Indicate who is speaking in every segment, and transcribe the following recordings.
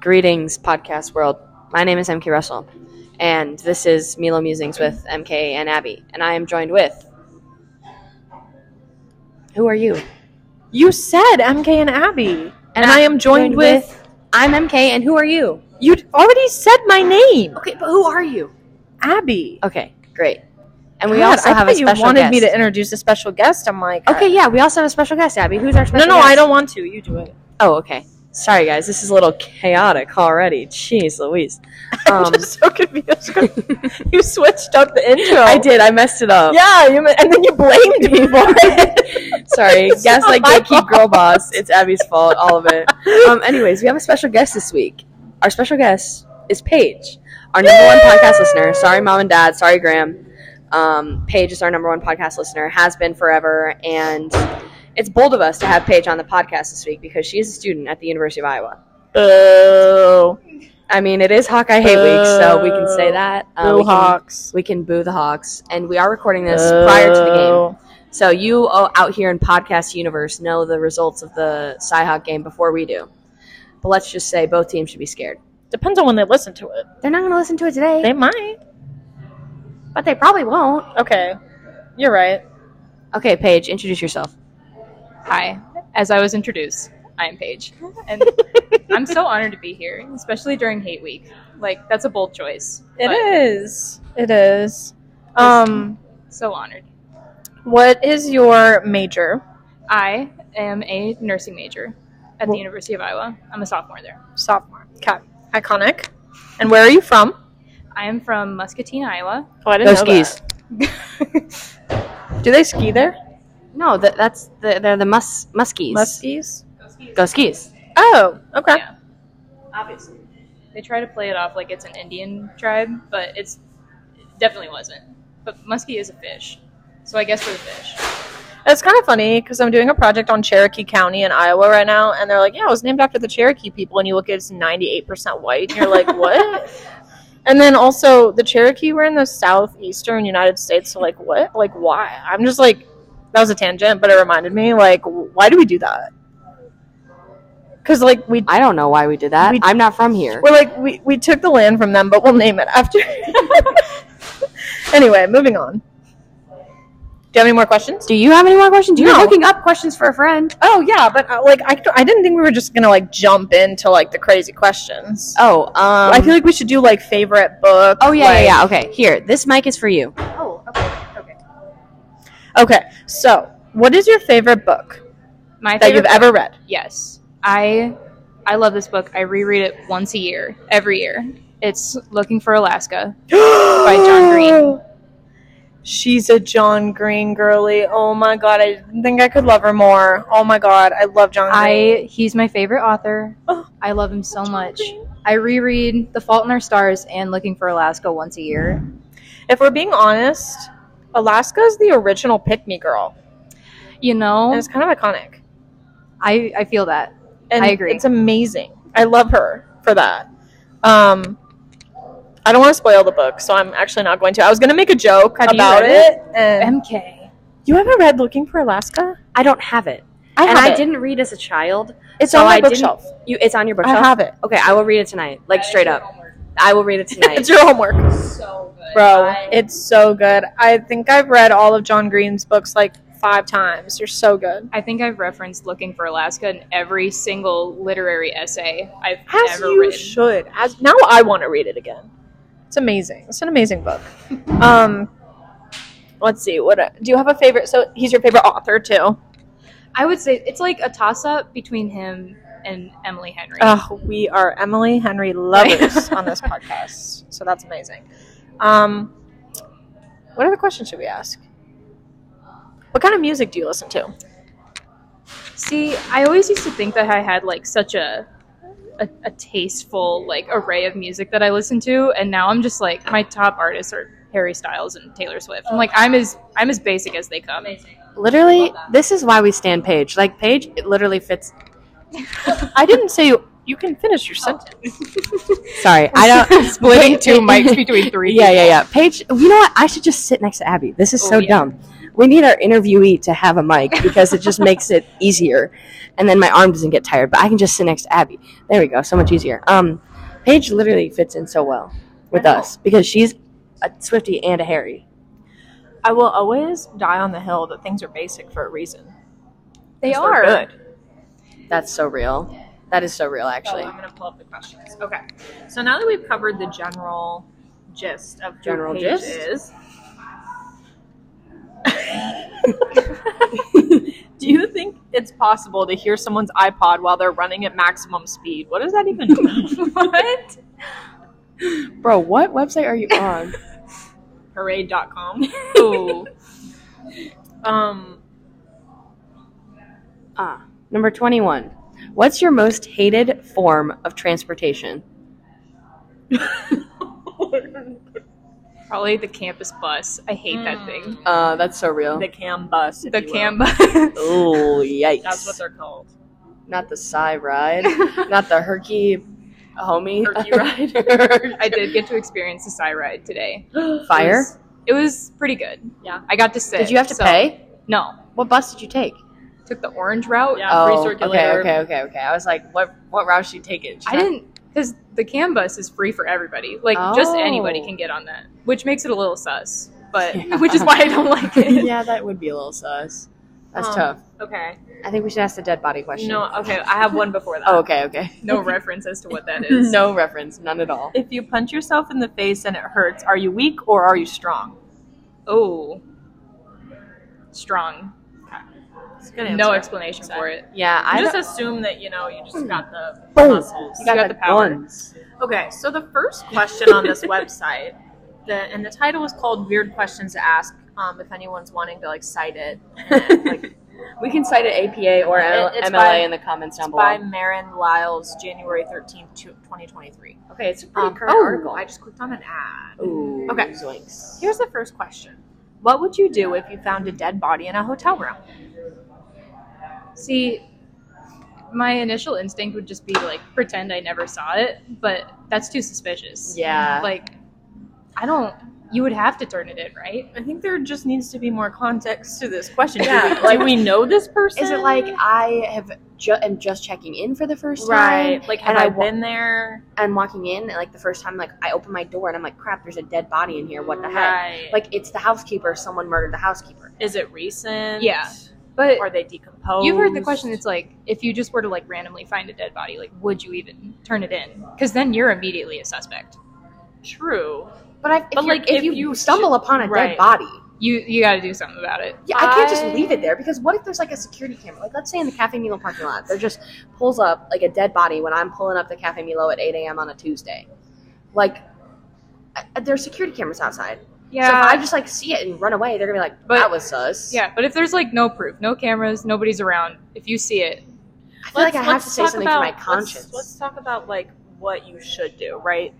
Speaker 1: Greetings, podcast world. My name is MK Russell, and this is Milo Musings with MK and Abby, and I am joined with. Who are you? And,
Speaker 2: You said MK and Abby. And, I, am joined, with,
Speaker 1: I'm MK, and who are you?
Speaker 2: You already said my name,
Speaker 1: Okay, but who are you?
Speaker 2: Abby.
Speaker 1: Okay, great. And we
Speaker 2: God,
Speaker 1: also
Speaker 2: I
Speaker 1: have
Speaker 2: thought
Speaker 1: a special
Speaker 2: you wanted
Speaker 1: guest.
Speaker 2: me to introduce a special guest. I'm like, uh,
Speaker 1: okay, yeah, we also have a special guest, Abby. Who's our
Speaker 2: No,
Speaker 1: special
Speaker 2: no,
Speaker 1: guest?
Speaker 2: I don't want to. You do it.
Speaker 1: Oh, okay. Sorry, guys. This is a little chaotic already. Jeez Louise. Um,
Speaker 2: I'm just so confused. you switched up the intro.
Speaker 1: I did. I messed it up.
Speaker 2: Yeah, you, and then you blamed me for it.
Speaker 1: Sorry,
Speaker 2: It's
Speaker 1: guess
Speaker 2: not
Speaker 1: like
Speaker 2: my
Speaker 1: gatekeep
Speaker 2: fault.
Speaker 1: girl boss. It's Abby's fault, all of it. Um, anyways, we have a special guest this week. Our special guest is Paige, our number one
Speaker 2: Yay!
Speaker 1: podcast listener. Sorry, mom and dad. Sorry, Graham. Um, Paige is our number one podcast listener, has been forever, and it's bold of us to have Paige on the podcast this week because she is a student at the University of Iowa. Oh.
Speaker 2: Boo.
Speaker 1: I mean, it is Hawkeye Hate Week, so we can say that. Uh,
Speaker 2: Boo
Speaker 1: we, can,
Speaker 2: Hawks.
Speaker 1: we can boo the Hawks, and we are recording this prior to the game.
Speaker 2: Boo.
Speaker 1: So you uh, out here in podcast universe know the results of the Cyhawk game before we do. But let's just say both teams should be scared.
Speaker 2: Depends on when they listen to it.
Speaker 1: They're not going to listen to it today,
Speaker 2: They might.
Speaker 1: but they probably won't.
Speaker 2: Okay. You're right.
Speaker 1: Okay, Paige, introduce yourself.
Speaker 3: Hi, as I was introduced, I am Paige, and I'm so honored to be here, especially during Hate Week. Like that's a bold choice.
Speaker 2: It is. It is. Um,
Speaker 3: So honored.
Speaker 2: what is your major?
Speaker 3: I am a nursing major at
Speaker 2: Well-
Speaker 3: the University of Iowa. I'm a sophomore there.
Speaker 2: Sophomore. Okay. Iconic. And where are you from?
Speaker 3: I am from Muscatine, Iowa.
Speaker 2: Oh, I
Speaker 1: Go skis.
Speaker 2: Do they ski there?
Speaker 1: No, that, that's the, they're the mus muskies.
Speaker 2: Muskies.
Speaker 1: Go skis.
Speaker 2: Oh, okay.
Speaker 3: Yeah. Obviously, they try to play it off like it's an Indian tribe, but it's it definitely wasn't. But muskie is a fish, so I guess we're the fish.
Speaker 2: It's kind of funny because I'm doing a project on Cherokee County in Iowa right now, and they're like, "Yeah, it was named after the Cherokee people," and you look, it's 98 percent white, and you're like, "What?" And then also the Cherokee were in the southeastern United States, so like, what? Like, why? I'm just like, that was a tangent, but it reminded me, like, why do we do that? Because like we
Speaker 1: I don't know why we did that.
Speaker 2: We-
Speaker 1: I'm not from here.
Speaker 2: We're like, we, we took the land from them, but we'll name it after. anyway, moving on. Do you have any more questions?
Speaker 1: Do you have any more questions? You're
Speaker 2: No.
Speaker 1: looking up questions for a friend.
Speaker 2: Oh yeah, but uh, like I, I didn't think we were just gonna like jump into like the crazy questions.
Speaker 1: Oh, um,
Speaker 2: I feel like we should do like favorite book.
Speaker 1: Oh yeah,
Speaker 2: like-
Speaker 1: yeah, yeah. Okay, here. This mic is for you.
Speaker 3: Oh, okay, okay.
Speaker 2: Okay, so what is your favorite book
Speaker 3: My
Speaker 2: that
Speaker 3: favorite
Speaker 2: you've ever read?
Speaker 3: Yes. I I love this book. I reread it once a year, every year. It's Looking for Alaska.
Speaker 2: By
Speaker 3: John Green.
Speaker 2: She's a John Green girly. Oh my god, I didn't think I could love her more. Oh my god, I love John Green.
Speaker 3: I he's my favorite author.
Speaker 2: Oh.
Speaker 3: I love him so much. I reread The Fault in Our Stars and Looking for Alaska once a year.
Speaker 2: If we're being honest, Alaska is the original pick me girl.
Speaker 3: You
Speaker 2: And
Speaker 3: know,
Speaker 2: it's kind of iconic.
Speaker 3: I I feel that.
Speaker 2: And
Speaker 3: I agree.
Speaker 2: It's amazing. I love her for that. Um, I don't want to spoil the book, so I'm actually not going to. I was going to make a joke
Speaker 3: Have you
Speaker 2: about
Speaker 3: read
Speaker 2: it. and
Speaker 3: MK.
Speaker 2: you haven't read Looking for Alaska?
Speaker 1: I don't have it,
Speaker 2: I
Speaker 1: and
Speaker 2: have
Speaker 1: I
Speaker 2: it.
Speaker 1: didn't read as a child.
Speaker 2: It's
Speaker 1: so
Speaker 2: on my
Speaker 1: I didn't-
Speaker 2: bookshelf.
Speaker 1: You, it's on your
Speaker 2: I
Speaker 1: bookshelf.
Speaker 2: have it.
Speaker 1: Okay, I will read it tonight, like straight up. I will read it
Speaker 2: It's
Speaker 1: tonight.
Speaker 2: your homework.
Speaker 3: So good.
Speaker 2: Bro, it's so good. I think I've read all of John Green's books like five times. They're so good.
Speaker 3: I think I've referenced Looking for Alaska in every single literary essay I've
Speaker 2: As
Speaker 3: ever
Speaker 2: you
Speaker 3: written.
Speaker 2: should. As now, I want to read it again. It's amazing. It's an amazing book. Um, let's see. What uh, do you have a favorite? So he's your favorite author too.
Speaker 3: I would say it's like a toss up between him and Emily Henry.
Speaker 2: Oh, we are Emily Henry lovers on this podcast, so that's amazing. Um, what other questions should we ask? What kind of music do you listen to?
Speaker 3: See, I always used to think that I had like such a, a a tasteful like array of music that I listened to, and now I'm just like my top artists are Harry Styles and Taylor Swift. I'm like I'm as I'm as basic as they come.
Speaker 1: literally, this is why we stand Page. Like Page, it literally fits.
Speaker 2: I didn't say you, you can finish your sentence.
Speaker 1: Sorry, I don't.
Speaker 3: splitting two mics between three.
Speaker 1: yeah, yeah, yeah. Page, you know what? I should just sit next to Abby. This is so
Speaker 3: Oh, yeah.
Speaker 1: dumb. we need our interviewee to have a mic because it just makes it easier. And then my arm doesn't get tired, but I can just sit next to Abby. There we go, so much easier. Um, Paige literally fits in so well with
Speaker 2: I know.
Speaker 1: us because she's a Swifty and a Harry.
Speaker 2: I will always die on the hill that things are basic for a reason.
Speaker 3: They
Speaker 2: 'Cause
Speaker 3: are.
Speaker 2: they're good.
Speaker 1: That's so real. That is so real,
Speaker 2: So
Speaker 1: actually.
Speaker 2: I'm going to pull up the questions. Okay. So now that we've covered the general gist of who
Speaker 1: General
Speaker 2: Paige
Speaker 1: gist?
Speaker 2: is, do you think it's possible to hear someone's iPod while they're running at maximum speed? What does that even mean?
Speaker 3: what?
Speaker 1: Bro, what website are you on?
Speaker 2: Parade.com.
Speaker 3: Ooh.
Speaker 2: Um,
Speaker 1: ah, number 21. What's your most hated form of transportation?
Speaker 3: Oh. Probably the campus bus. I hate that thing.
Speaker 2: Mm.
Speaker 1: Uh, that's so real.
Speaker 2: The cam bus. if
Speaker 3: The
Speaker 2: you will.
Speaker 3: cam bus.
Speaker 1: Oh, yikes.
Speaker 2: That's what they're called.
Speaker 1: Not the Psy ride. Not the Herky homie.
Speaker 2: Herky ride.
Speaker 3: I did get to experience the sci ride today.
Speaker 1: Fire?
Speaker 3: It was pretty good.
Speaker 2: Yeah.
Speaker 3: I got to sit.
Speaker 1: Did you have to
Speaker 3: so-
Speaker 1: pay?
Speaker 3: No.
Speaker 1: What bus did you take? Oh,
Speaker 3: Took the orange route.
Speaker 2: Yeah, free circulator.
Speaker 1: okay, okay, okay, okay. I was like, what what route should you take it?
Speaker 3: I didn't because the CAN bus is free for everybody. Like just
Speaker 1: Oh.
Speaker 3: anybody can get on that, which makes it a little sus. But which is why I don't like it.
Speaker 1: yeah, that would be a little sus. That's
Speaker 2: Um,
Speaker 1: tough.
Speaker 2: Okay.
Speaker 1: I think we should ask the dead body question.
Speaker 2: No, okay. I have one before that.
Speaker 1: Oh, okay, okay.
Speaker 3: No reference as to what that is.
Speaker 1: no reference, none at all.
Speaker 2: If you punch yourself in the face and it hurts, are you weak or are you strong?
Speaker 3: Oh, strong.
Speaker 2: It's a good answer.
Speaker 3: No explanation for it.
Speaker 1: Yeah,
Speaker 2: I
Speaker 1: I
Speaker 2: just
Speaker 1: don't-
Speaker 2: assume that you know you just got the
Speaker 1: Boom.
Speaker 2: muscles.
Speaker 3: got the power.
Speaker 1: guns.
Speaker 2: Okay, so the first question on this website, the and the title is called "Weird Questions to Ask." Um, if anyone's wanting to like cite it, like
Speaker 1: We can cite it APA or
Speaker 2: It-
Speaker 1: ML-
Speaker 2: it's
Speaker 1: MLA
Speaker 2: by-
Speaker 1: in the comments
Speaker 2: it's
Speaker 1: down
Speaker 2: by
Speaker 1: below.
Speaker 2: Marin Lyles, January thirteenth, twenty twenty three.
Speaker 1: okay, it's a
Speaker 2: Um, oh, I just clicked on an ad.
Speaker 1: Ooh,
Speaker 2: Okay.
Speaker 1: Zoinks.
Speaker 2: Here's the first question: What would you do if you found a dead body in a hotel room?
Speaker 3: See, my initial instinct would just be to, like pretend I never saw it, but that's too suspicious.
Speaker 1: Yeah.
Speaker 3: Like, I don't. You would have to turn it in, right?
Speaker 2: I think there just needs to be more context to this question.
Speaker 1: Yeah,
Speaker 2: Yeah, like we know this person.
Speaker 1: Is it like I have ju- am just checking in for the first time
Speaker 2: right? Like have
Speaker 1: and
Speaker 2: I,
Speaker 1: I wa-
Speaker 2: been there?
Speaker 1: and walking in and like the first time like I open my door and I'm like crap there's a dead body in here what the heck
Speaker 2: Right. Like
Speaker 1: like it's the housekeeper someone murdered the housekeeper
Speaker 2: is it recent?
Speaker 3: Yeah. But
Speaker 2: Are they decomposed?
Speaker 3: You've heard the question. It's like if you just were to like randomly find a dead body, like would you even turn it in? Because then you're immediately a suspect.
Speaker 2: true.
Speaker 1: but I if
Speaker 2: But,
Speaker 1: you-
Speaker 2: like,
Speaker 1: if,
Speaker 2: if
Speaker 1: you,
Speaker 2: you
Speaker 1: stumble upon a
Speaker 2: right.
Speaker 1: dead body
Speaker 3: You you got to do something about it.
Speaker 1: yeah I can't just
Speaker 2: I-
Speaker 1: leave it there because what if there's like a security camera like let's say in the Cafe Milo parking lot there just pulls up like a dead body when I'm pulling up the Cafe Milo at 8 a.m. on a Tuesday like I- there's security cameras outside so if I just like see it and run away they're gonna be like
Speaker 3: But-
Speaker 1: that was sus
Speaker 3: yeah. But if there's like no proof, no cameras, nobody's around, if you see it,
Speaker 1: I feel like I have to say
Speaker 2: talk
Speaker 1: something
Speaker 2: about-
Speaker 1: to my
Speaker 2: let's-
Speaker 1: conscience.
Speaker 2: Let's, talk about like what you should do, right?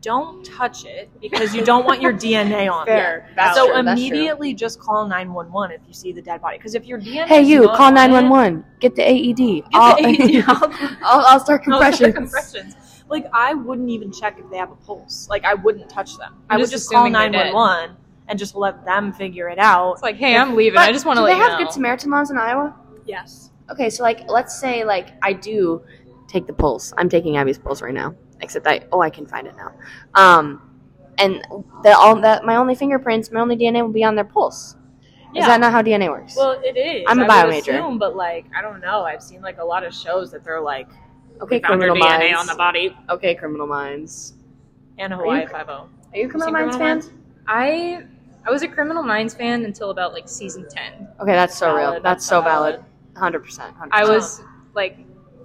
Speaker 2: Don't touch it because you don't want your DNA on
Speaker 1: Fair.
Speaker 2: there.
Speaker 1: That's
Speaker 2: so
Speaker 1: true, that's true.
Speaker 2: immediately just call nine one one if you see the dead body. Because if your DNA,
Speaker 1: Hey, you, call
Speaker 2: one.
Speaker 1: 911. Get the E AED.
Speaker 2: I'll-
Speaker 1: I'll, I'll, start
Speaker 2: No, it's not
Speaker 1: compressions.
Speaker 2: compressions. Like I wouldn't even check if they have a pulse. Like I wouldn't touch them. I
Speaker 3: I'm
Speaker 2: would
Speaker 3: just
Speaker 2: just call
Speaker 3: assuming
Speaker 2: nine
Speaker 3: they're
Speaker 2: one
Speaker 3: dead.
Speaker 2: one and just let them figure it out.
Speaker 3: it's like, hey, I'm leaving. I just want to
Speaker 1: do
Speaker 3: let
Speaker 1: they have
Speaker 3: you know.
Speaker 1: Good Samaritan laws in Iowa?
Speaker 2: Yes.
Speaker 1: Okay, so like, let's say like I do take the pulse. I'm taking Abby's pulse right now. Except I, oh, I can find it now. Um, and that all that my only fingerprints, my only DNA will be on their pulse.
Speaker 2: Yeah.
Speaker 1: Is that not how DNA works?
Speaker 2: well, it is.
Speaker 1: I'm a
Speaker 2: I
Speaker 1: bio
Speaker 2: would
Speaker 1: major.
Speaker 2: assume, but like I don't know. I've seen like a lot of shows that they're like
Speaker 1: okay,
Speaker 2: we found your
Speaker 1: criminal
Speaker 2: DNA
Speaker 1: minds.
Speaker 2: on the body.
Speaker 1: okay, criminal minds.
Speaker 2: And
Speaker 1: you-
Speaker 2: Hawaii Five O.
Speaker 1: Are you a criminal
Speaker 2: seen
Speaker 1: minds
Speaker 2: Criminal
Speaker 1: fan?
Speaker 2: Minds?
Speaker 3: I I was a Criminal Minds fan until about like season ten.
Speaker 1: Okay, that's so real. That's so valid. Hundred percent.
Speaker 3: I was like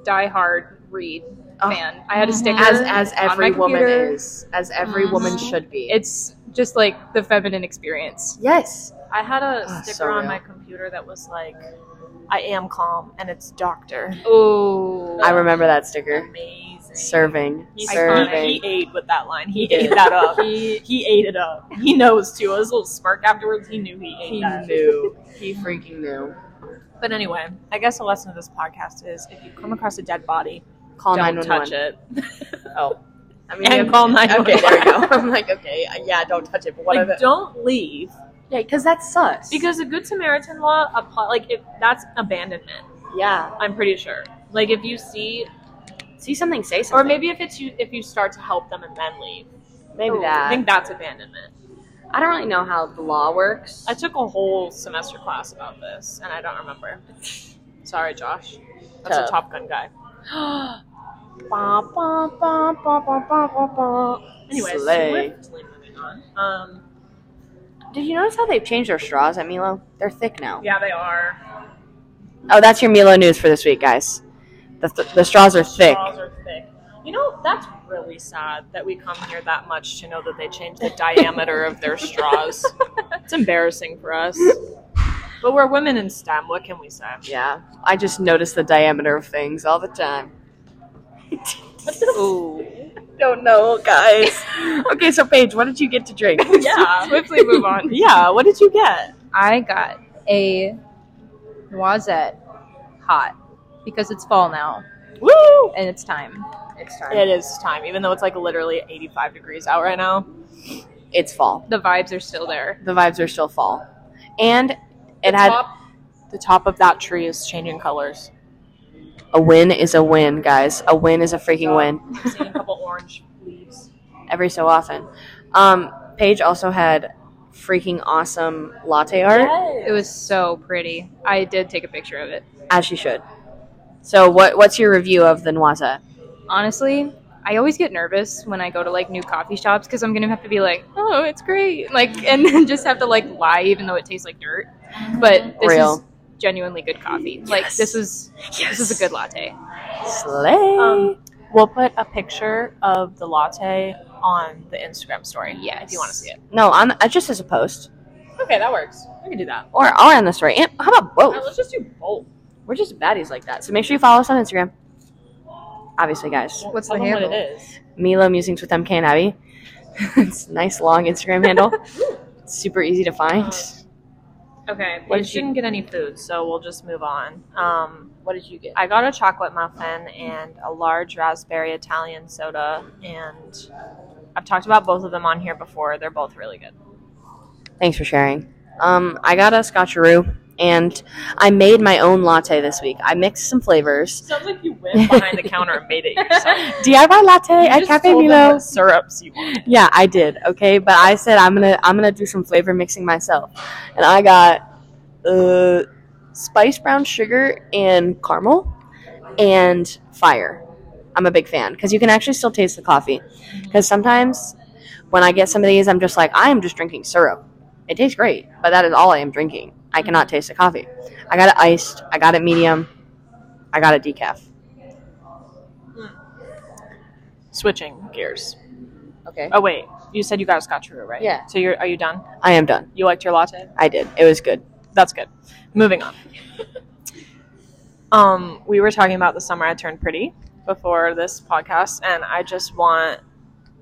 Speaker 3: die hard read
Speaker 1: Oh.
Speaker 3: fan. I had a
Speaker 2: Mhm.
Speaker 3: sticker
Speaker 1: as as
Speaker 3: on my
Speaker 1: every woman
Speaker 3: computer.
Speaker 1: is, as every woman
Speaker 2: Mhm.
Speaker 1: should be.
Speaker 3: It's just like the feminine experience.
Speaker 1: yes.
Speaker 2: I had a
Speaker 1: Ah,
Speaker 2: sticker
Speaker 1: so
Speaker 2: on
Speaker 1: real.
Speaker 2: my computer that was like, "I am calm," and it's doctor.
Speaker 3: Oh,
Speaker 1: I remember that sticker.
Speaker 2: Amazing.
Speaker 1: Serving.
Speaker 2: He,
Speaker 1: serving.
Speaker 2: he ate with that line. He
Speaker 1: He
Speaker 2: ate
Speaker 1: did.
Speaker 2: that up. He, he ate it up. He knows too. His little smirk afterwards. He knew he ate
Speaker 1: He
Speaker 2: that.
Speaker 1: knew. He freaking knew.
Speaker 2: But anyway, I guess the lesson of this podcast is if you come across a dead body,
Speaker 1: Call
Speaker 2: don't
Speaker 1: 911.
Speaker 2: touch it.
Speaker 1: Oh. I mean,
Speaker 2: And call 911.
Speaker 1: Okay, there we go. I'm like, okay, yeah, don't touch it, but what
Speaker 2: Like,
Speaker 1: if it?
Speaker 2: don't leave
Speaker 1: Yeah, because that sucks.
Speaker 2: Because the Good Samaritan law apply like if that's abandonment,
Speaker 1: yeah,
Speaker 2: I'm pretty sure. Like if you see
Speaker 1: see something, say
Speaker 2: or
Speaker 1: something.
Speaker 2: maybe if it's you if you start to help them and then leave.
Speaker 1: maybe
Speaker 2: I
Speaker 1: that.
Speaker 2: think that's abandonment.
Speaker 1: I don't really know how the law works.
Speaker 2: I took a whole semester class about this and I don't remember. Sorry, Josh. That's
Speaker 1: Tough.
Speaker 2: a Top Gun guy.
Speaker 1: Ba, ba, ba, ba, ba, ba, ba, ba.
Speaker 2: Anyway,
Speaker 1: Slay.
Speaker 2: swiftly moving on. Um,
Speaker 1: Did you notice how they've changed their straws at Milo? They're thick now.
Speaker 2: yeah, they are.
Speaker 1: Oh, that's your Milo news for this week, guys. The, th- the straws are thick.
Speaker 2: Straws are thick. You know, that's really sad that we come here that much to know that they changed the diameter of their straws. It's embarrassing for us. But we're women in STEM. What can we say?
Speaker 1: Yeah, I just notice the diameter of things all the time.
Speaker 2: Ooh.
Speaker 1: Don't know, guys. okay, so Paige, what did you get to drink?
Speaker 2: Yeah.
Speaker 3: Swiftly move on.
Speaker 2: Yeah. What did you get?
Speaker 3: I got a noisette hot because it's fall now
Speaker 2: Woo!
Speaker 3: and it's time.
Speaker 1: It's time.
Speaker 2: It is time, even though it's like literally 85 degrees out right now.
Speaker 1: it's fall.
Speaker 3: The vibes are still there.
Speaker 1: The vibes are still fall, and it
Speaker 2: the
Speaker 1: had
Speaker 2: top, the top of that tree is changing colors.
Speaker 1: a win is a win, guys. A win is a freaking
Speaker 2: Yeah.
Speaker 1: win.
Speaker 2: Seeing a couple orange leaves.
Speaker 1: Every so often, um, Paige also had freaking awesome latte art,
Speaker 3: It was so pretty. I did take a picture of it.
Speaker 1: as she should. So, what what's your review of the Noisa?
Speaker 3: Honestly, I always get nervous when I go to like new coffee shops because I'm gonna have to be like, oh, it's great, like, and then just have to like lie even though it tastes like dirt. But this is
Speaker 1: Real.
Speaker 3: genuinely good coffee. Like
Speaker 1: Yes.
Speaker 3: this is this is a good latte.
Speaker 1: slay.
Speaker 2: Um, we'll put a picture of the latte on the Instagram story.
Speaker 3: Yes.
Speaker 2: if you want to see it.
Speaker 1: no, on uh, just as a post,
Speaker 2: Okay, that works. We can do that.
Speaker 1: or or on the story. And how about both?
Speaker 2: Alright, let's just do both.
Speaker 1: We're just baddies like that. So make sure you follow us on Instagram. Obviously, guys.
Speaker 3: What's
Speaker 2: Tell
Speaker 3: the
Speaker 2: them what
Speaker 3: handle?
Speaker 2: it is.
Speaker 1: Milo Musings with MK and Abby. it's a nice long Instagram handle. It's super easy to find.
Speaker 2: Okay,
Speaker 1: What
Speaker 2: we
Speaker 1: did you-
Speaker 2: didn't get any food, so we'll just move on. Um, what did you get? I got a chocolate muffin and a large raspberry Italian soda, and I've talked about both of them on here before. They're both really good.
Speaker 1: Thanks for sharing. Um, I got a scotcheroo and I made my own latte this week. I mixed some flavors.
Speaker 2: Sounds like you went behind the counter and made it yourself.
Speaker 1: DIY latte at Cafe Milo.
Speaker 2: syrups you want.
Speaker 1: Yeah, I did. Okay, but I said I'm gonna I'm gonna do some flavor mixing myself, and I got uh, spice brown sugar and caramel and fire. I'm a big fan because you can actually still taste the coffee. Because sometimes when I get some of these, I'm just like I am just drinking syrup. It tastes great, but that is all I am drinking. I cannot taste the coffee. I got it iced. I got it medium. I got it decaf.
Speaker 2: Switching gears.
Speaker 1: Okay.
Speaker 2: Oh wait, you said you got a scotcheroo, right?
Speaker 1: Yeah.
Speaker 2: So you're are you done?
Speaker 1: I am done.
Speaker 2: You liked your latte?
Speaker 1: I did. It was good.
Speaker 2: That's good. Moving on. um, we were talking about the summer I turned pretty before this podcast, and I just want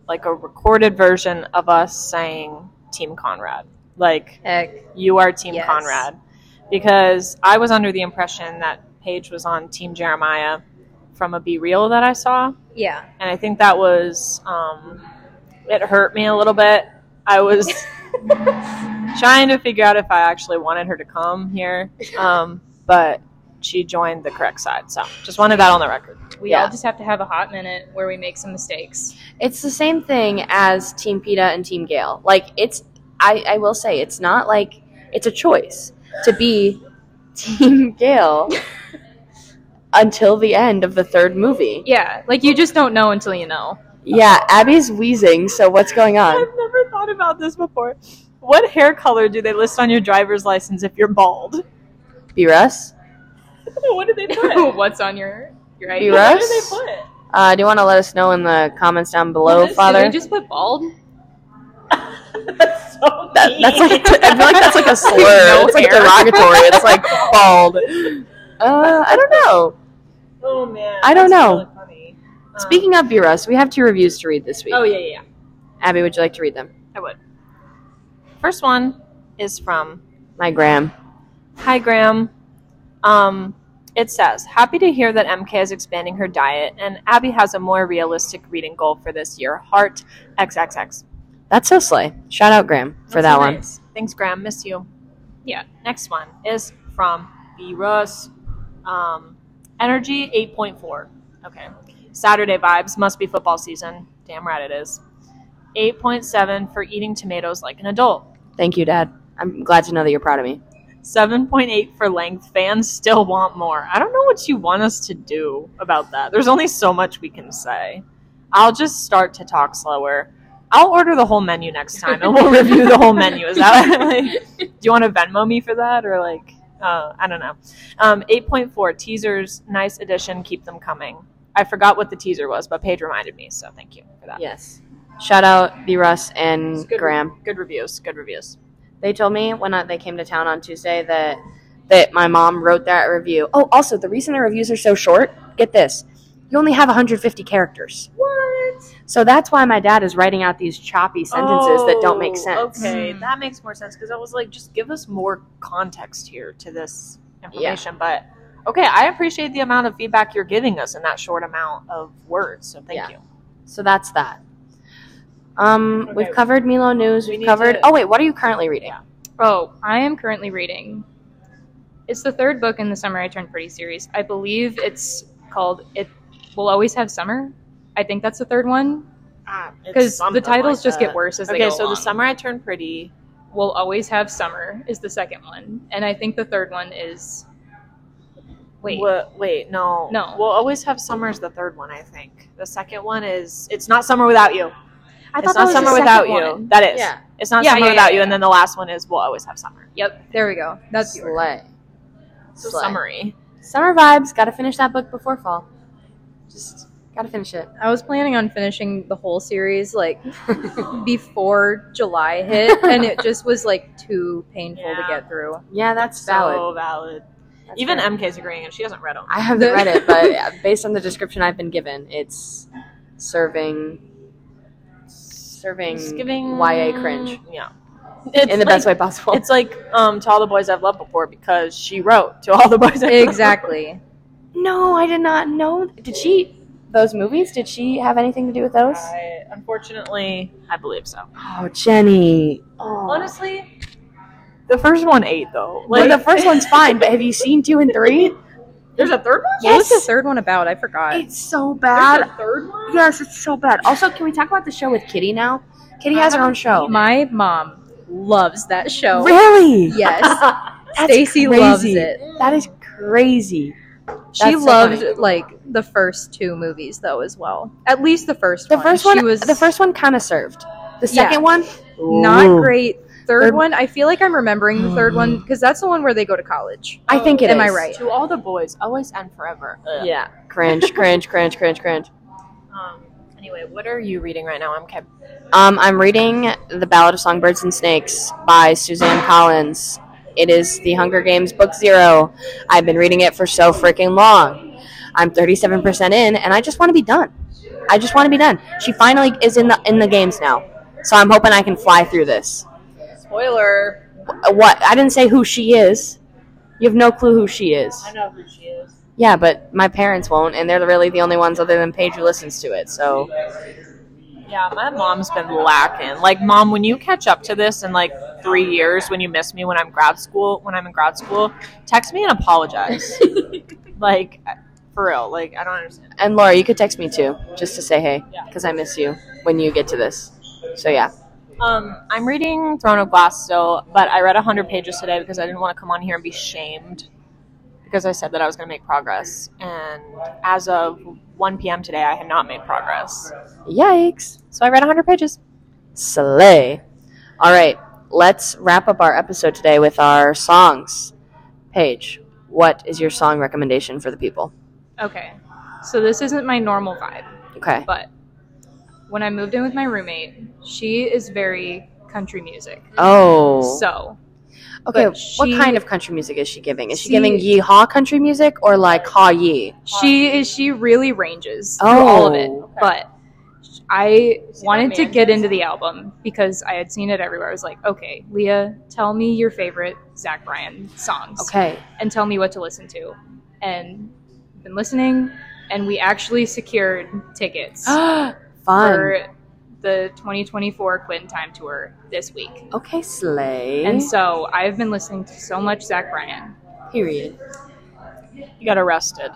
Speaker 2: like a recorded version of us saying Team Conrad. Like
Speaker 3: Heck,
Speaker 2: you are Team
Speaker 3: Yes.
Speaker 2: Conrad, because I was under the impression that Paige was on Team Jeremiah from a Be Real that I saw.
Speaker 3: yeah.
Speaker 2: and I think that was um, it hurt me a little bit. I was trying to figure out if I actually wanted her to come here, um, but she joined the correct side. So just wanted that on the record.
Speaker 3: We
Speaker 1: Yeah.
Speaker 3: all just have to have a hot minute where we make some mistakes.
Speaker 1: it's the same thing as Team PETA and Team Gale. Like it's I, I will say it's not like it's a choice to be Team Gale until the end of the third movie.
Speaker 3: Yeah, like you just don't know until you know.
Speaker 1: Yeah, Abby's wheezing, so what's going on?
Speaker 2: I've never thought about this before. What hair color do they list on your driver's license if you're bald?
Speaker 1: Be Russ?
Speaker 2: what do they put?
Speaker 3: What's on your your
Speaker 1: You
Speaker 3: ID?
Speaker 1: right?
Speaker 2: What do they
Speaker 1: Russ?
Speaker 2: put?
Speaker 1: Uh, do you want to let us know in the comments down below,
Speaker 3: Did
Speaker 1: Father?
Speaker 3: they just put bald?
Speaker 2: That's so
Speaker 1: That,
Speaker 2: mean.
Speaker 1: that's like I feel like that's like a slur.
Speaker 2: No
Speaker 1: it's like
Speaker 2: hair.
Speaker 1: derogatory. It's like bald. Uh, I don't know.
Speaker 2: oh man.
Speaker 1: I don't
Speaker 2: that's
Speaker 1: know.
Speaker 2: really funny. Um,
Speaker 1: Speaking of Be Russ, we have two reviews to read this week.
Speaker 2: Oh yeah, yeah, yeah.
Speaker 1: Abby, would you like to read them?
Speaker 2: I would. First one is from
Speaker 1: My Graham.
Speaker 2: Hi, Graham. Um, it says, Happy to hear that MK is expanding her diet, and Abby has a more realistic reading goal for this year. Heart XXX.
Speaker 1: That's so slay. Shout out Graham for
Speaker 2: That's
Speaker 1: that
Speaker 2: so
Speaker 1: one.
Speaker 2: nice. Thanks, Graham. Miss you.
Speaker 3: Yeah.
Speaker 2: Next one is from B Russ. Um, Energy 8.4. Okay. Saturday vibes. Must be football season. Damn right it is. 8.7 for eating tomatoes like an adult.
Speaker 1: Thank you, Dad. I'm glad to know that you're proud of me.
Speaker 2: 7.8 for length. Fans still want more. I don't know what you want us to do about that. There's only so much we can say. I'll just start to talk slower. I'll order the whole menu next time and we'll review the whole menu. Is that like, do you want to Venmo me for that or like, uh, I don't know. Um, 8.4 teasers, nice addition, keep them coming. I forgot what the teaser was, but Paige reminded me, so thank you for that.
Speaker 1: Yes. Shout out B Russ
Speaker 2: It's
Speaker 1: and
Speaker 2: good-
Speaker 1: Graham.
Speaker 2: Good reviews, good reviews.
Speaker 1: They told me when I, they came to town on Tuesday that that my mom wrote that review. Oh, also the reason the reviews are so short, get this. You only have 150 characters.
Speaker 2: What?
Speaker 1: So that's why my dad is writing out these choppy sentences that don't make
Speaker 2: Oh,
Speaker 1: sense.
Speaker 2: Okay,
Speaker 3: Mm.
Speaker 2: that makes more sense because I was like, just give us more context here to this information. But okay, I appreciate the amount of feedback you're giving us in that short amount of words. So thank
Speaker 1: Yeah.
Speaker 2: you.
Speaker 1: So that's that. Um,
Speaker 2: Okay.
Speaker 1: we've covered Milo news.
Speaker 2: We
Speaker 1: We've
Speaker 2: need
Speaker 1: covered.
Speaker 2: to-
Speaker 1: Oh wait, what are you currently reading?
Speaker 3: Oh, I am currently reading. It's the third book in the Summer I Turned Pretty series. I believe it's called It Will Always Have Summer. I think that's the third one
Speaker 2: Ah,
Speaker 3: because the titles just get worse as they
Speaker 2: Okay,
Speaker 3: go
Speaker 2: so
Speaker 3: along.
Speaker 2: the summer I turned pretty.
Speaker 3: Will Always Have Summer is the second one, and I think the third one is. Wait.
Speaker 2: Wha- wait, no,
Speaker 3: No.
Speaker 2: We'll always have summer is the third one. I think the second one is it's not summer without you.
Speaker 3: I
Speaker 2: it's not
Speaker 3: was the
Speaker 2: summer
Speaker 3: second
Speaker 2: without you.
Speaker 3: one.
Speaker 2: That is. It's not
Speaker 3: Yeah,
Speaker 2: summer
Speaker 3: yeah, yeah,
Speaker 2: without you,
Speaker 3: yeah,
Speaker 2: and then the last one is we'll always have summer.
Speaker 3: Yep, there we go. That's yours.
Speaker 1: Slay.
Speaker 2: So
Speaker 1: Slay.
Speaker 2: summary.
Speaker 1: Summer vibes. Got to finish that book before fall. Just got to finish it.
Speaker 3: I was planning on finishing the whole series like before July hit, and it just was like too painful to
Speaker 2: Yeah.
Speaker 3: get through.
Speaker 1: Yeah, that's valid.
Speaker 2: So valid.
Speaker 1: That's
Speaker 2: Even
Speaker 1: valid.
Speaker 2: MK's agreeing, and she hasn't read them.
Speaker 1: I haven't read it, but uh, based on the description I've been given, it's serving serving
Speaker 2: It's giving
Speaker 1: YA cringe
Speaker 2: Yeah, it's
Speaker 1: in the best way possible.
Speaker 2: It's like um, to all the boys I've loved before because she wrote to all the boys. I've
Speaker 3: Exactly.
Speaker 1: no, I did not know. Did she those movies? Did she have anything to do with
Speaker 2: Loved
Speaker 1: those?
Speaker 2: before. I, unfortunately, I believe so.
Speaker 1: Oh, Jenny. Oh.
Speaker 2: Honestly, the first one ate though.
Speaker 1: Well, the first one's fine, but have you seen two and three?
Speaker 2: There's a third one.
Speaker 3: What was the
Speaker 1: Yes.
Speaker 3: third one about? I forgot.
Speaker 1: It's so
Speaker 2: There's
Speaker 1: bad.
Speaker 2: a third one.
Speaker 1: Yes, it's so bad. Also, can we talk about the show with Kitty now? Kitty has her own show.
Speaker 3: My mom loves that show.
Speaker 1: Really?
Speaker 3: Yes.
Speaker 1: That's
Speaker 3: Stacy loves
Speaker 1: crazy.
Speaker 3: it.
Speaker 1: That is crazy.
Speaker 3: She
Speaker 1: That's so
Speaker 3: loved
Speaker 1: funny.
Speaker 3: like the first two movies though as well. At least the first
Speaker 1: The
Speaker 3: one.
Speaker 1: first one,
Speaker 3: she was
Speaker 1: the first one kind of served. The
Speaker 3: Yeah.
Speaker 1: second one,
Speaker 3: not
Speaker 1: Ooh.
Speaker 3: great. Third
Speaker 1: Third-
Speaker 3: one, I feel like I'm remembering the third one
Speaker 1: Mm.
Speaker 3: because that's the one where they go to college.
Speaker 1: I think it
Speaker 3: Am I
Speaker 1: is.
Speaker 3: right?
Speaker 2: To all the boys, always and forever. Ugh.
Speaker 1: Yeah, cringe, cringe, cringe, cringe, cringe.
Speaker 2: Um, anyway, what are you reading right now? I'm kept.
Speaker 1: Um, I'm reading The Ballad of Songbirds and Snakes by Suzanne Collins. It is The Hunger Games Book Zero. I've been reading it for so freaking long. I'm 37% in, and I just want to be done. I just want to be done. She finally is in the in the games now, so I'm hoping I can fly through this.
Speaker 2: Spoiler.
Speaker 1: Wh- What I didn't say who she is. You have no clue who she is.
Speaker 2: know who she is.
Speaker 1: Yeah, but my parents won't, and they're really the only ones other than Paige who listens to it. So
Speaker 2: Yeah, my mom's been lacking. Like, mom, when you catch up to this in like three years, when you miss me when I'm grad school, when I'm in grad school, text me and apologize. like, for real. Like, I don't understand.
Speaker 1: And Laura, you could text me too, just to say hey,
Speaker 2: Yeah.
Speaker 1: because I miss you when you get to this. So yeah,
Speaker 2: Um, I'm reading Throne of Glass still, but I read 100 pages today because I didn't want to come on here and be shamed because I said that I was going to make progress. And as of 1 p.m. today, I had not made progress.
Speaker 1: yikes,
Speaker 2: So I read 100 pages.
Speaker 1: slay. All right, let's wrap up our episode today with our songs. Paige, what is your song recommendation for the people?
Speaker 3: Okay. So this isn't my normal vibe.
Speaker 1: Okay,
Speaker 3: But when I moved in with my roommate, she is very country music.
Speaker 1: oh,
Speaker 3: So
Speaker 1: okay.
Speaker 3: but she-
Speaker 1: what kind of country music is she giving? Is she,
Speaker 3: She-
Speaker 1: giving giving yeehaw country music or like haw ye?
Speaker 3: she
Speaker 2: Um,
Speaker 3: is she really ranges through
Speaker 1: Oh.
Speaker 3: all of it. But I
Speaker 2: See
Speaker 3: wanted
Speaker 2: that
Speaker 3: to
Speaker 2: man
Speaker 3: get
Speaker 2: does?
Speaker 3: into the album because I had seen it everywhere. I was like, okay, Leah, tell me your favorite Zach Bryan songs
Speaker 1: Okay,
Speaker 3: and tell me what to listen to. And I've
Speaker 2: Oh,
Speaker 3: been listening, and we actually secured tickets
Speaker 1: fun.
Speaker 3: for the 2024 Quinn Time Tour this week.
Speaker 1: Okay, Slay.
Speaker 2: Eh?
Speaker 3: And so I've been listening to so much Zach Bryan.
Speaker 1: period.
Speaker 2: He got arrested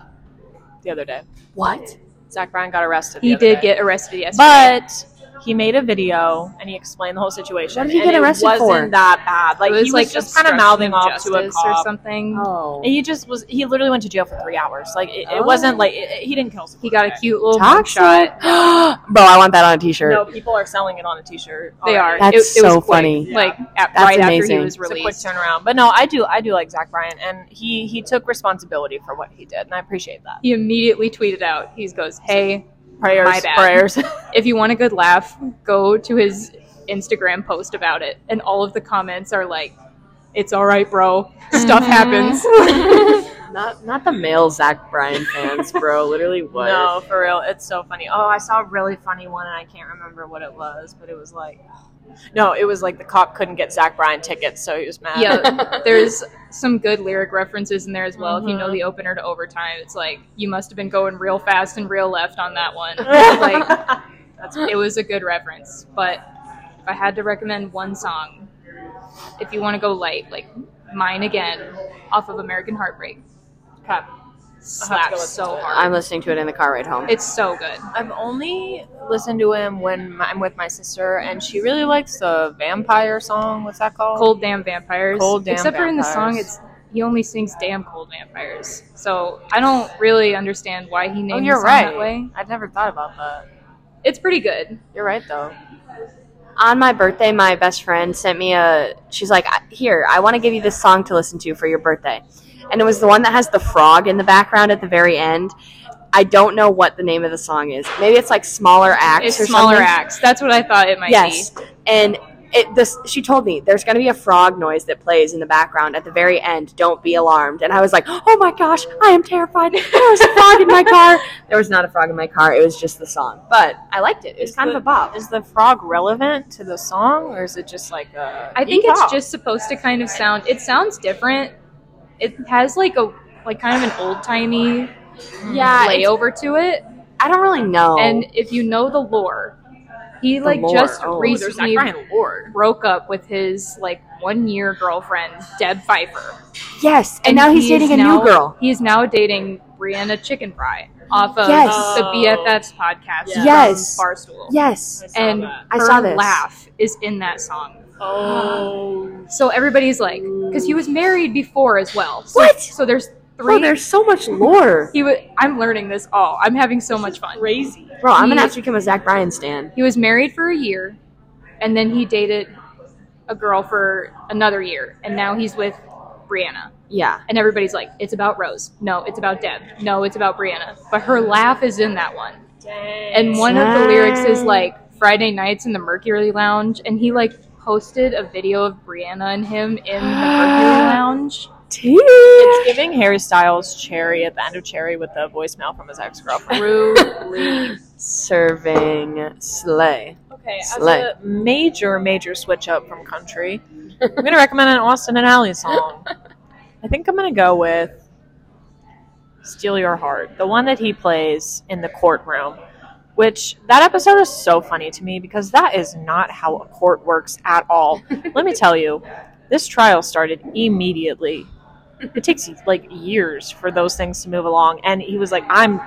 Speaker 2: the other day.
Speaker 1: What?
Speaker 2: Zach Bryan got arrested. the
Speaker 3: He
Speaker 2: other
Speaker 3: did
Speaker 2: day.
Speaker 3: get arrested yesterday.
Speaker 2: but he made a video and he explained the whole situation.
Speaker 1: What did he
Speaker 2: and
Speaker 1: get arrested
Speaker 2: it wasn't
Speaker 1: for?
Speaker 2: that bad. Like
Speaker 3: it was
Speaker 2: he was
Speaker 3: like
Speaker 2: just kind of mouthing off to a cop.
Speaker 3: or something.
Speaker 1: Oh.
Speaker 2: And he just was. He literally went to jail for three hours. Like it, it wasn't
Speaker 1: Oh.
Speaker 2: like it, it- he didn't kill.
Speaker 3: He got a cute little
Speaker 1: Toxic.
Speaker 3: shot.
Speaker 1: Bro, I want that on a t-shirt.
Speaker 2: No, people are selling it on a T-shirt.
Speaker 3: They are.
Speaker 2: already.
Speaker 1: That's
Speaker 3: it, it
Speaker 1: so
Speaker 3: was quick,
Speaker 1: funny.
Speaker 2: Yeah.
Speaker 3: Like at,
Speaker 1: That's
Speaker 3: right after
Speaker 1: amazing.
Speaker 3: he was
Speaker 2: It's a
Speaker 3: released.
Speaker 2: quick turnaround. But no, I do. I do like Zach Bryan, and he he took responsibility for what he did, and I appreciate that.
Speaker 3: He immediately tweeted out. He goes, "Hey,
Speaker 2: Prayers,
Speaker 3: My bad.
Speaker 2: prayers.
Speaker 3: if you want a good laugh, go to his Instagram post about it." And all of the comments are like, "It's all right, bro.
Speaker 1: Mm-hmm.
Speaker 3: Stuff
Speaker 2: Mhm.
Speaker 3: happens."
Speaker 1: Not not the male Zach Bryan fans, bro. Literally what?
Speaker 2: No, for real, it's so funny. Oh, I saw a really funny one, and I can't remember what it was, but it was like, no, it was like the cop couldn't get Zach Bryan tickets, so he was mad.
Speaker 3: Yeah. There's some good lyric references in there as well. If you know
Speaker 2: Mhm.
Speaker 1: Mm-hmm.
Speaker 3: the opener to overtime, it's like you must have been going real fast and real left on that one. like that's it was a good reference. But if I had to recommend one song, if you want to go light, like mine again, off of American Heartbreak,
Speaker 2: Okay. go
Speaker 3: slaps
Speaker 2: listen
Speaker 3: so
Speaker 2: to it.
Speaker 3: hard.
Speaker 1: I'm listening to it in the car ride home.
Speaker 3: it's so good.
Speaker 2: I've only listened to him when I'm with my sister, and she really likes the vampire song. What's that called?
Speaker 3: Cold damn vampires.
Speaker 2: Cold Damn
Speaker 3: Except for in the song,
Speaker 2: Vampires.
Speaker 3: it's he only sings damn cold vampires. So I don't really understand why he named
Speaker 2: Oh,
Speaker 3: it
Speaker 2: you're
Speaker 3: that way.
Speaker 2: right. I'd never thought about that.
Speaker 3: It's pretty good.
Speaker 2: You're right, though.
Speaker 1: on my birthday, my best friend sent me a. She's like, "I- "Here, I want to give you this song to listen to for your birthday," and it was the one that has the frog in the background at the very end. I don't know what the name of the song is. Maybe it's like smaller acts
Speaker 3: It's
Speaker 1: or
Speaker 3: smaller
Speaker 1: something.
Speaker 3: acts. That's what I thought it might
Speaker 1: yes, and it this she told me there's going to be a frog noise that plays in the background at the very end. Don't be alarmed. And I was like, "Oh my gosh, I am terrified. There was a frog in my car." There was not a frog in my car. It was just the song, but I liked it. It was
Speaker 2: Is
Speaker 1: kind
Speaker 2: the-
Speaker 1: of a bop.
Speaker 2: Is the frog relevant to the song, or is it just like a?
Speaker 3: be. I think
Speaker 2: Yeehaw.
Speaker 3: it's just supposed to kind of sound. It sounds different. It has like a like kind of an old timey
Speaker 1: Yeah, it's-
Speaker 3: layover to it.
Speaker 1: I don't really know.
Speaker 3: And if you know the lore, he
Speaker 1: The
Speaker 3: like
Speaker 1: lore.
Speaker 3: just
Speaker 1: Oh,
Speaker 2: Ooh, there's Zach
Speaker 3: recently
Speaker 2: Bryan Lord.
Speaker 3: broke up with his like one year girlfriend Deb Pfifer.
Speaker 1: Yes, and, now he's dating a
Speaker 3: now-
Speaker 1: new girl.
Speaker 3: He is now dating Brianna Chicken Fry off of
Speaker 1: Yes.
Speaker 3: the BFFs podcast.
Speaker 2: Yeah.
Speaker 1: Yes.
Speaker 3: from Barstool.
Speaker 1: Yes,
Speaker 3: And
Speaker 1: I
Speaker 3: her
Speaker 1: saw this.
Speaker 3: laugh is in that song.
Speaker 2: oh,
Speaker 3: So everybody's like, because he was married before as well. So,
Speaker 1: What?
Speaker 3: So there's three.
Speaker 1: Bro, there's so much lore.
Speaker 3: he was. I'm learning this all. I'm having so much fun.
Speaker 2: crazy.
Speaker 1: Bro, I'm
Speaker 3: He-
Speaker 1: gonna have to become a Zach Bryan stan.
Speaker 3: He was married for a year, and then he dated a girl for another year, and now he's with Brianna.
Speaker 1: Yeah,
Speaker 3: And everybody's like, it's about Rose. No, it's about Deb. No, it's about Brianna. But her laugh is in that one. And one of the lyrics is like Friday nights in the Mercury Lounge, and he like posted a video of Brianna and him in the Mercury Lounge.
Speaker 1: Tea.
Speaker 2: It's giving Harry Styles Cherry at the end of Cherry with the voicemail from his ex girlfriend.
Speaker 3: Truly.
Speaker 1: serving slay.
Speaker 2: Okay, as
Speaker 1: Slay.
Speaker 2: a major, major switch up from country, I'm going to recommend an Austin and Alley song. I think I'm going to go with Steal Your Heart, the one that he plays in the courtroom, which that episode is so funny to me because that is not how a court works at all. Let me tell you, this trial started immediately. It takes like years for those things to move along. And he was like, I'm,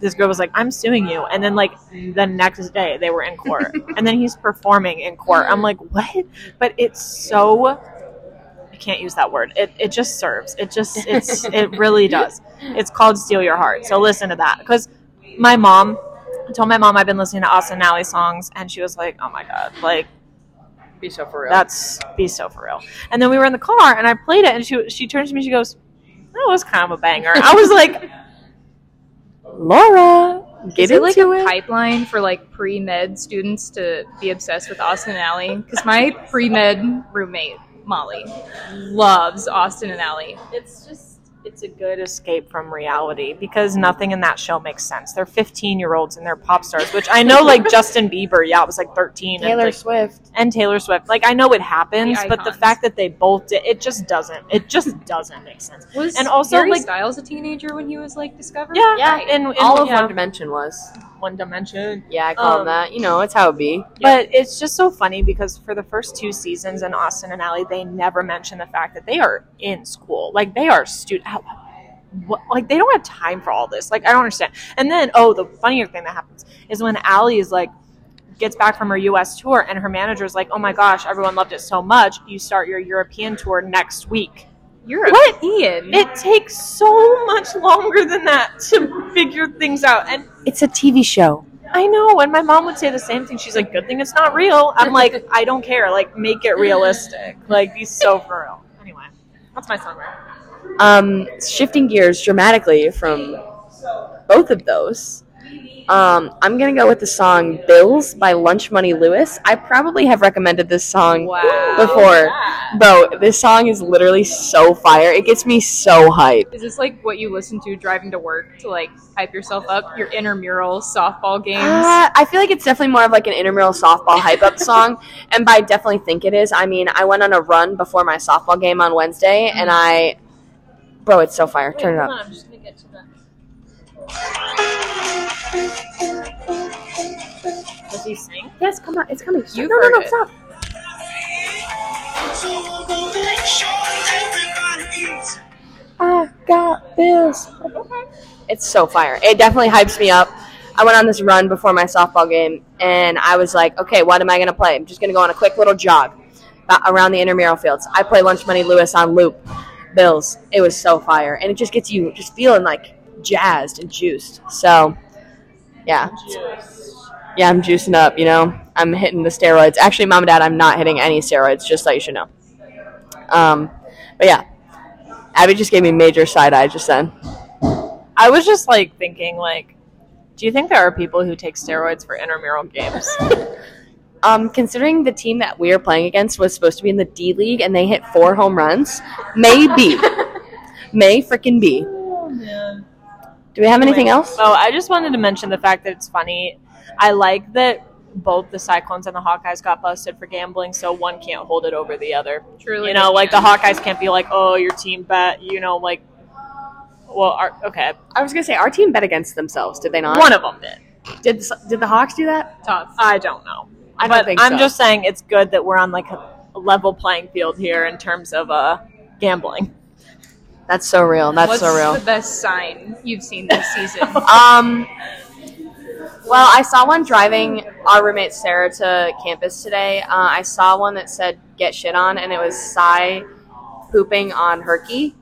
Speaker 2: this girl was like, I'm suing you. And then, like, the next day they were in court. and then he's performing in court. I'm like, what? But it's so, I can't use that word. It, it just serves. It just, it's, it really does. It's called Steal Your Heart. So listen to that. Because my mom, I told my mom I've been listening to Austin Alley songs, and she was like, oh my God, like,
Speaker 1: Be so for real.
Speaker 2: that's be so for real. And then we were in the car, and I played it, and she she turns to me, she goes, "That was kind of a banger." I was like,
Speaker 1: Laura, get
Speaker 3: Is
Speaker 1: into
Speaker 3: it like
Speaker 1: it.
Speaker 3: a pipeline for like pre med students to be obsessed with Austin and Alley? Because my pre med roommate, Molly, loves Austin and Alley.
Speaker 2: "It's just." It's a good escape from reality because nothing in that show makes sense. They're 15 year olds and they're pop stars, which I know, like Justin Bieber, yeah, it was like 13, and, like,
Speaker 1: Swift.
Speaker 2: and Taylor Swift. Like I know it happens,
Speaker 3: The
Speaker 2: but the
Speaker 3: icons.
Speaker 2: fact that they both did, it just doesn't. It just doesn't make sense.
Speaker 3: Was
Speaker 2: And also,
Speaker 3: Harry
Speaker 2: like-
Speaker 3: Styles a teenager when he was like discovered?
Speaker 2: Yeah,
Speaker 1: Yeah,
Speaker 2: and, and
Speaker 1: All of
Speaker 2: yeah.
Speaker 1: One Dimension was.
Speaker 4: one dimension.
Speaker 1: Yeah, I call
Speaker 4: Oh, Um,
Speaker 1: them that. You know, it's how it be.
Speaker 4: But it's just so funny because for the first two seasons in Austin and Alley, they never mention the fact that they are in school. Like they are student. What, like they don't have time for all this. Like I don't understand. And then oh, the funnier thing that happens is when Allie is like gets back from her U.S. tour, and her manager's like, "Oh my gosh, everyone loved it so much. You start your European tour next week."
Speaker 3: You're a
Speaker 4: What?
Speaker 3: Ian.
Speaker 4: It takes so much longer than that to figure things out, and
Speaker 1: It's a TV show.
Speaker 4: I know, and my mom would say the same thing. She's like, "Good thing it's not real." I'm like, "I don't care. Like, make it realistic. Like, be so for real." Anyway, that's my song. right?
Speaker 1: Um, shifting gears dramatically from both of those, um, I'm gonna go with the song "Bills" by Lunch Money Lewis. I probably have recommended this song
Speaker 3: Wow.
Speaker 1: before, bro. This song is literally so fire. It gets me so hype.
Speaker 3: Is this like what you listen to driving to work to like hype yourself up? Your intramural softball games.
Speaker 1: Uh, I feel like it's definitely more of like an intramural softball hype up song, and by definitely think it is, I mean I went on a run before my softball game on Wednesday, and I, bro, it's so fire. Turn it up.
Speaker 4: I'm just gonna get to that. Does he sing?
Speaker 1: Yes, come on, it's coming.
Speaker 3: You've
Speaker 1: no, no, no,
Speaker 3: heard it.
Speaker 1: stop. I got bills. It's so fire. It definitely hypes me up. I went on this run before my softball game, and I was like, okay, what am I going to play? I'm just going to go on a quick little jog a- around the intramural fields. I play Lunch Money Lewis on loop. Bills. It was so fire. And it just gets you just feeling like jazzed and juiced. So, yeah. Yeah, I'm juicing up, you know? I'm hitting the steroids. Actually, mom and dad, I'm not hitting any steroids, just so you should know. Um, but yeah, Abby just gave me major side eye just then.
Speaker 4: I was just like thinking, like, do you think there are people who take steroids for intramural games?
Speaker 1: Um, considering the team that we were playing against was supposed to be in the D League and they hit four home runs, maybe. May freaking be.
Speaker 4: oh man.
Speaker 1: Do we have anything else?
Speaker 4: Oh, I just wanted to mention the fact that it's funny. I like that both the Cyclones and the Hawkeyes got busted for gambling, so one can't hold it over the other.
Speaker 3: Truly,
Speaker 4: you know,
Speaker 3: good
Speaker 4: like the
Speaker 3: man.
Speaker 4: Hawkeyes can't be like, oh, your team bet, you know, like, well, our, okay,
Speaker 1: I was gonna say our team bet against themselves, did they not?
Speaker 4: one of them did.
Speaker 1: Did did the Hawks do that?
Speaker 3: Tough.
Speaker 4: I don't know,
Speaker 1: I
Speaker 4: but
Speaker 1: don't think
Speaker 4: I'm
Speaker 1: so.
Speaker 4: just saying it's good that we're on like a level playing field here in terms of uh, gambling.
Speaker 1: That's so real. That's
Speaker 3: What's
Speaker 1: so real.
Speaker 3: the best sign you've seen this season?
Speaker 1: Um. Well, I saw one driving our roommate Sarah to campus today. Uh, I saw one that said "get shit on," and it was Cy pooping on Herky,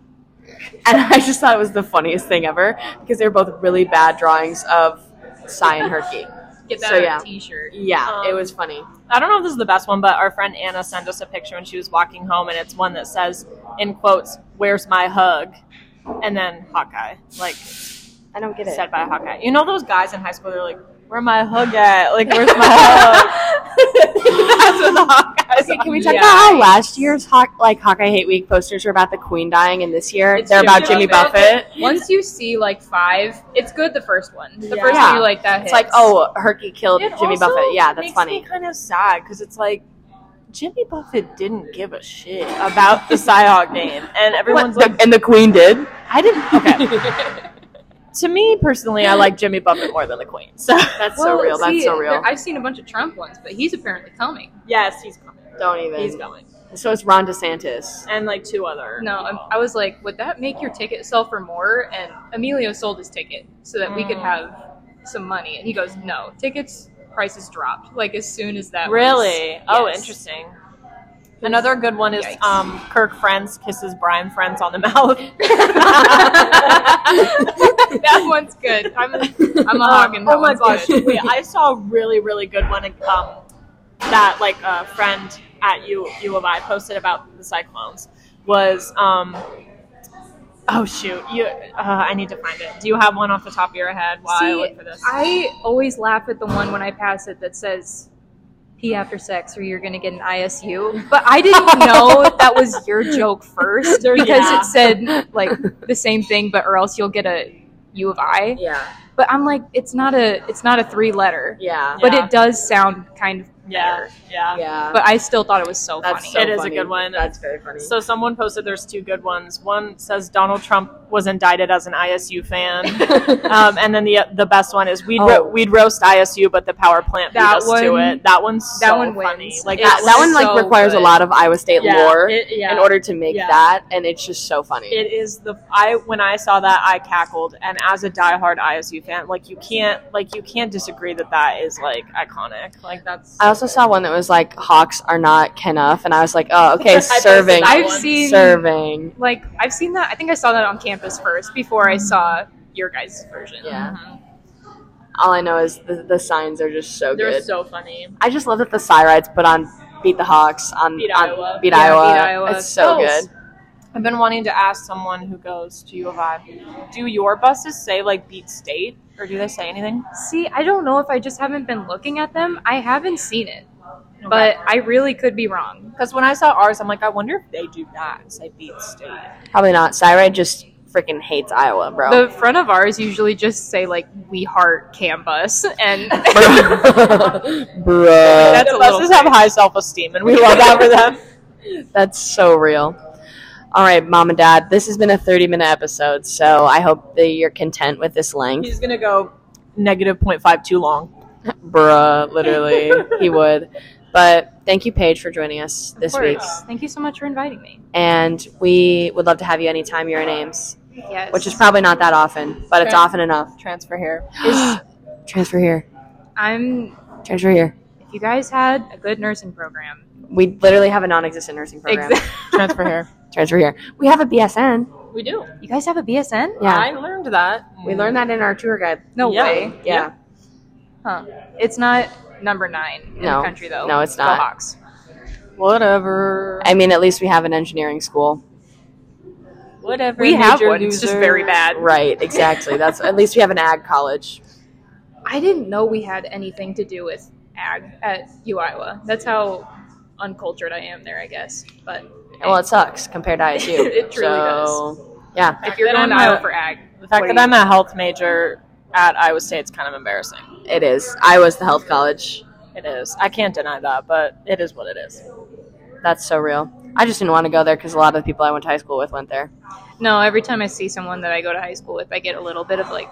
Speaker 1: and I just thought it was the funniest thing ever because they're both really bad drawings of Cy and Herky.
Speaker 3: Get that
Speaker 1: So,
Speaker 3: on
Speaker 1: yeah.
Speaker 3: a T-shirt.
Speaker 1: Yeah,
Speaker 4: Um,
Speaker 1: it was funny.
Speaker 4: I don't know if this is the best one, but our friend Anna sent us a picture when she was walking home, and it's one that says, in quotes, "Where's my hug?" and then Hawkeye, like
Speaker 1: I don't get
Speaker 4: said by Hawkeye. You know those guys in high school? They're like, "Where my hug at? Like, where's my hug?" That's what the Hawkeyes.
Speaker 1: Okay,
Speaker 4: are.
Speaker 1: can we talk
Speaker 3: Yeah.
Speaker 1: about how last year's Hawk, like Hawkeye Hate Week posters were about the Queen dying, and this year
Speaker 3: It's
Speaker 1: they're
Speaker 3: Jimmy
Speaker 1: about Jimmy
Speaker 3: Buffett.
Speaker 1: Buffett?
Speaker 3: Once you see like five, it's good the first one. The
Speaker 4: Yeah.
Speaker 3: first
Speaker 1: Yeah.
Speaker 3: one you like that
Speaker 1: It's
Speaker 3: hits.
Speaker 1: like, oh, Herky killed
Speaker 4: It
Speaker 1: Jimmy
Speaker 4: also
Speaker 1: Buffett. Yeah, that's
Speaker 4: makes
Speaker 1: funny.
Speaker 4: Me kind of sad because it's like Jimmy Buffett didn't give a shit about the Cyhawk game, and everyone's like,
Speaker 1: and the queen did.
Speaker 4: "I didn't." Okay. To me personally, I like Jimmy Buffett more than the Queen. So
Speaker 1: That's
Speaker 3: Well,
Speaker 1: so real.
Speaker 3: see,
Speaker 1: That's so real.
Speaker 3: there- I've seen a bunch of Trump ones, but he's apparently coming.
Speaker 4: yes, he's coming.
Speaker 1: don't even.
Speaker 4: He's coming,
Speaker 1: so it's Ron DeSantis.
Speaker 4: and like two other.
Speaker 3: No, I'm-
Speaker 4: people.
Speaker 3: I was like, would that make your ticket sell for more? And Emilio sold his ticket so that we could
Speaker 4: Mm.
Speaker 3: have some money. And he goes, no, tickets prices dropped like as soon as that. was-
Speaker 4: Really? Oh,
Speaker 3: Yes.
Speaker 4: interesting. Another good one is
Speaker 3: Yikes.
Speaker 4: um, Kirk Friends kisses Brian Friends on the mouth.
Speaker 3: that one's good. I'm a, I'm a hog and that
Speaker 4: oh my
Speaker 3: one's
Speaker 4: gosh!
Speaker 3: good.
Speaker 4: Wait, I saw a really really good one um, that like a friend at U U of I posted about the Cyclones was um. Oh shoot! You, uh, I need to find it. Do you have one off the top of your head? While I
Speaker 3: See,
Speaker 4: look for this,
Speaker 3: I always laugh at the one when I pass it that says pee after sex or you're going to get an ISU. But I didn't know that was your joke first because
Speaker 4: yeah.
Speaker 3: it said like the same thing but or else you'll get a U of I.
Speaker 1: Yeah,
Speaker 3: But I'm like it's not a it's not a three letter.
Speaker 1: yeah.
Speaker 3: But
Speaker 4: Yeah.
Speaker 3: it does sound kind of
Speaker 4: Yeah, yeah.
Speaker 1: Yeah.
Speaker 3: But I still thought it was so
Speaker 1: that's
Speaker 3: funny.
Speaker 1: so
Speaker 4: It is a
Speaker 1: funny.
Speaker 4: good one.
Speaker 1: That's very funny.
Speaker 4: So someone posted there's two good ones. One says Donald Trump was indicted as an ISU fan, um, and then the the best one is we'd
Speaker 1: Oh.
Speaker 4: ro- we'd roast ISU, but the power plant beat
Speaker 3: That
Speaker 4: us to
Speaker 3: one-
Speaker 4: it. That one's
Speaker 3: that
Speaker 4: so
Speaker 3: one wins.
Speaker 4: funny. Like
Speaker 3: It's
Speaker 1: that, that one like
Speaker 3: so
Speaker 1: requires a
Speaker 3: good.
Speaker 1: lot of Iowa State
Speaker 4: Yeah,
Speaker 1: lore
Speaker 4: it- yeah.
Speaker 1: in order to make
Speaker 4: Yeah.
Speaker 1: that, and it's just so funny.
Speaker 4: It is the I when I saw that I cackled, and as a diehard ISU fan, like you can't like you can't disagree that that is like iconic. Like that's
Speaker 1: I also saw one that was like Hawks are not Kenuff, and I was like, oh, okay,
Speaker 4: posted
Speaker 1: serving,
Speaker 4: that
Speaker 3: I've
Speaker 4: one.
Speaker 3: seen
Speaker 1: serving.
Speaker 3: like I've seen that. I think I saw that on campus first before I saw your guys' version.
Speaker 1: Yeah.
Speaker 4: Uh-huh.
Speaker 1: All I know is the, the signs are just so
Speaker 4: they're
Speaker 1: good.
Speaker 4: so funny.
Speaker 1: I just love that the Cyrites put on beat the Hawks on
Speaker 4: Beat
Speaker 1: on-
Speaker 4: Iowa.
Speaker 1: Mm, Beat,
Speaker 3: Yeah,
Speaker 1: Iowa.
Speaker 3: beat Iowa.
Speaker 1: It's so
Speaker 4: Oh,
Speaker 1: good.
Speaker 4: I've been wanting to ask someone who goes to U of I, do your buses say like beat state or do they say anything?
Speaker 3: See, I don't know if I just haven't been looking at them. I haven't seen it, but I really could be wrong.
Speaker 4: because when I saw ours, I'm like, I wonder if they do that and say beat state.
Speaker 1: Probably not. Cyrite just freaking hates Iowa, bro.
Speaker 3: The front of ours usually just say like "We Heart Campus" and
Speaker 1: bro,
Speaker 4: That's
Speaker 3: a
Speaker 4: the
Speaker 3: little
Speaker 4: buses have high self esteem, and we love that for them.
Speaker 1: that's so real. All right, mom and dad, this has been a 30 minute episode, so I hope that you're content with this length.
Speaker 4: He's gonna go negative 0.5 too long.
Speaker 1: Bruh, literally, he would. But thank you, Paige, for joining us
Speaker 3: Of
Speaker 1: this
Speaker 3: course.
Speaker 1: week.
Speaker 3: Thank you so much for inviting me.
Speaker 1: And we would love to have you anytime you're in Ames,
Speaker 3: Yes,
Speaker 1: which is probably not that often, but it's
Speaker 4: Okay.
Speaker 1: often enough.
Speaker 4: Transfer here.
Speaker 1: Transfer here.
Speaker 3: I'm.
Speaker 1: Transfer here.
Speaker 3: If you guys had a good nursing program,
Speaker 1: We literally have a non existent nursing program.
Speaker 3: Exact-
Speaker 4: Transfer here.
Speaker 1: Transfer here. We have a BSN.
Speaker 4: We do.
Speaker 3: you guys have a BSN?
Speaker 1: Yeah.
Speaker 4: I learned that.
Speaker 1: we learned that in our tour guide.
Speaker 3: No
Speaker 4: Yeah.
Speaker 3: way.
Speaker 1: Mm-hmm. Yeah.
Speaker 3: Huh. It's not number nine in
Speaker 1: No.
Speaker 3: the country though.
Speaker 1: No, it's
Speaker 3: Go
Speaker 1: not.
Speaker 3: Hawks.
Speaker 4: Whatever.
Speaker 1: I mean, at least we have an engineering school.
Speaker 4: Whatever.
Speaker 3: We have
Speaker 4: major
Speaker 3: one. It's just
Speaker 4: loser.
Speaker 3: very bad.
Speaker 1: Right, exactly. That's at least we have an ag college.
Speaker 3: I didn't know we had anything to do with ag at UIWA. That's how uncultured I am there, I guess. But
Speaker 1: Well, it sucks compared to ISU.
Speaker 3: It truly
Speaker 1: so, Yeah.
Speaker 3: if you're
Speaker 4: that
Speaker 3: going to
Speaker 4: I'm
Speaker 3: Iowa
Speaker 4: a-
Speaker 3: for ag,
Speaker 4: The fact
Speaker 3: What do
Speaker 4: that I'm a health major at Iowa State is kind of embarrassing.
Speaker 1: It is. I was the health college.
Speaker 4: It is. I can't deny that, but it is what it is.
Speaker 1: That's so real. I just didn't want to go there because a lot of the people I went to high school with went there.
Speaker 3: no, every time I see someone that I go to high school with, I get a little bit of like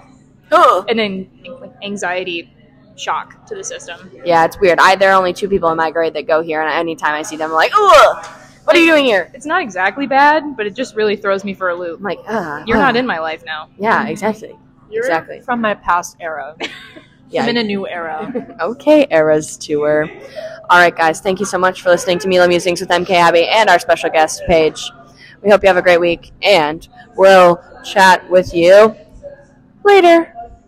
Speaker 1: Oh.
Speaker 3: an an- like, anxiety shock to the system.
Speaker 1: Yeah, it's weird. I there are only two people in my grade that go here, and anytime I see them, I'm like, ugh, what are you doing here?
Speaker 3: It's not exactly bad, but it just really throws me for a
Speaker 1: I'm
Speaker 3: loop.
Speaker 1: like, ugh.
Speaker 3: You're
Speaker 1: ugh."
Speaker 3: not in my life now.
Speaker 1: Yeah, exactly. Exactly.
Speaker 4: From my past era.
Speaker 1: Yeah.
Speaker 4: I'm in a new era.
Speaker 1: okay, Eras tour. All right, guys. Thank you so much for listening to Mila Musings with MK Abby and our special guest Paige. We hope you have a great week, and we'll chat with you later.